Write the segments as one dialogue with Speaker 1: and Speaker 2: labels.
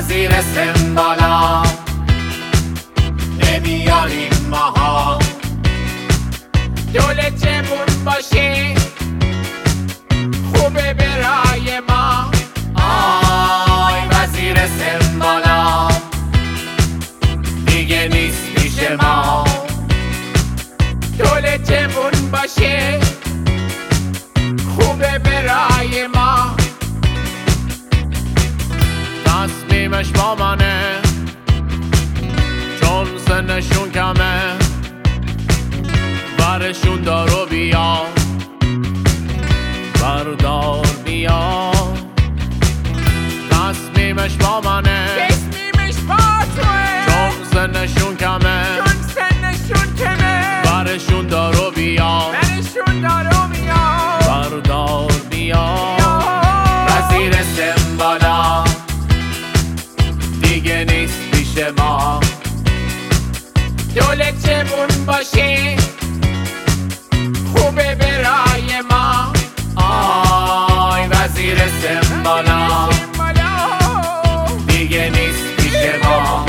Speaker 1: مثل بالا نمیاریم ماها دولت چمون باشه خوبه برای ما آی وزیر سمبالا دیگه نیست پیش ما دولت چمون باشه خوبه برای ما تصمیمش با منه چون سنشون کمه برشون دارو بیا بردار بیا تصمیمش با منه
Speaker 2: تصمیمش با توه
Speaker 1: چون سنشون کمه
Speaker 2: چون سنشون کمه
Speaker 1: برشون دارو بیا
Speaker 2: برشون دارو میاد
Speaker 1: بردار بیا
Speaker 2: آه.
Speaker 1: وزیر سمبالا دیگه نیست پیش ما دولت چمون باشه خوبه برای ما آی وزیر سمبالا
Speaker 2: بالا.
Speaker 1: دیگه نیست پیش ما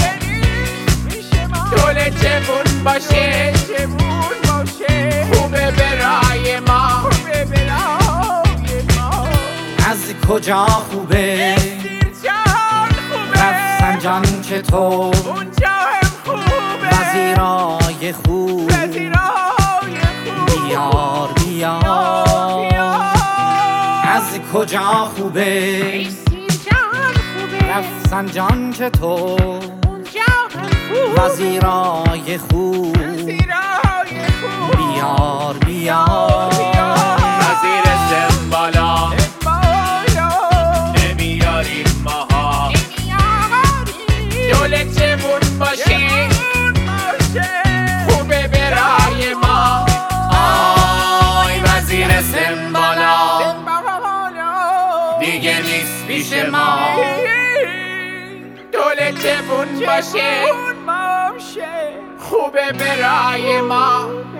Speaker 2: میشه ما.
Speaker 1: دولت چمون باشه
Speaker 2: چمون باشه.
Speaker 1: خوبه برای ما
Speaker 2: خوبه برای ما.
Speaker 3: از کجا خوبه
Speaker 2: سیر جهان خوبه.
Speaker 3: رفسنجان چطور
Speaker 2: اونجا هم خوبه.
Speaker 3: وزیرای خوب
Speaker 2: وزیرای خوب.
Speaker 3: بیار بیار از کجا خوبه رفسنجان چطور وزیرای خوب بیار بیار
Speaker 1: وزیر سمبالا نمیاریم ماها دولت چمون باشه خوبه برای ما آی وزیر سمبالا دیگه نیست پیش ما دولت چمون باشه خوبه برای ما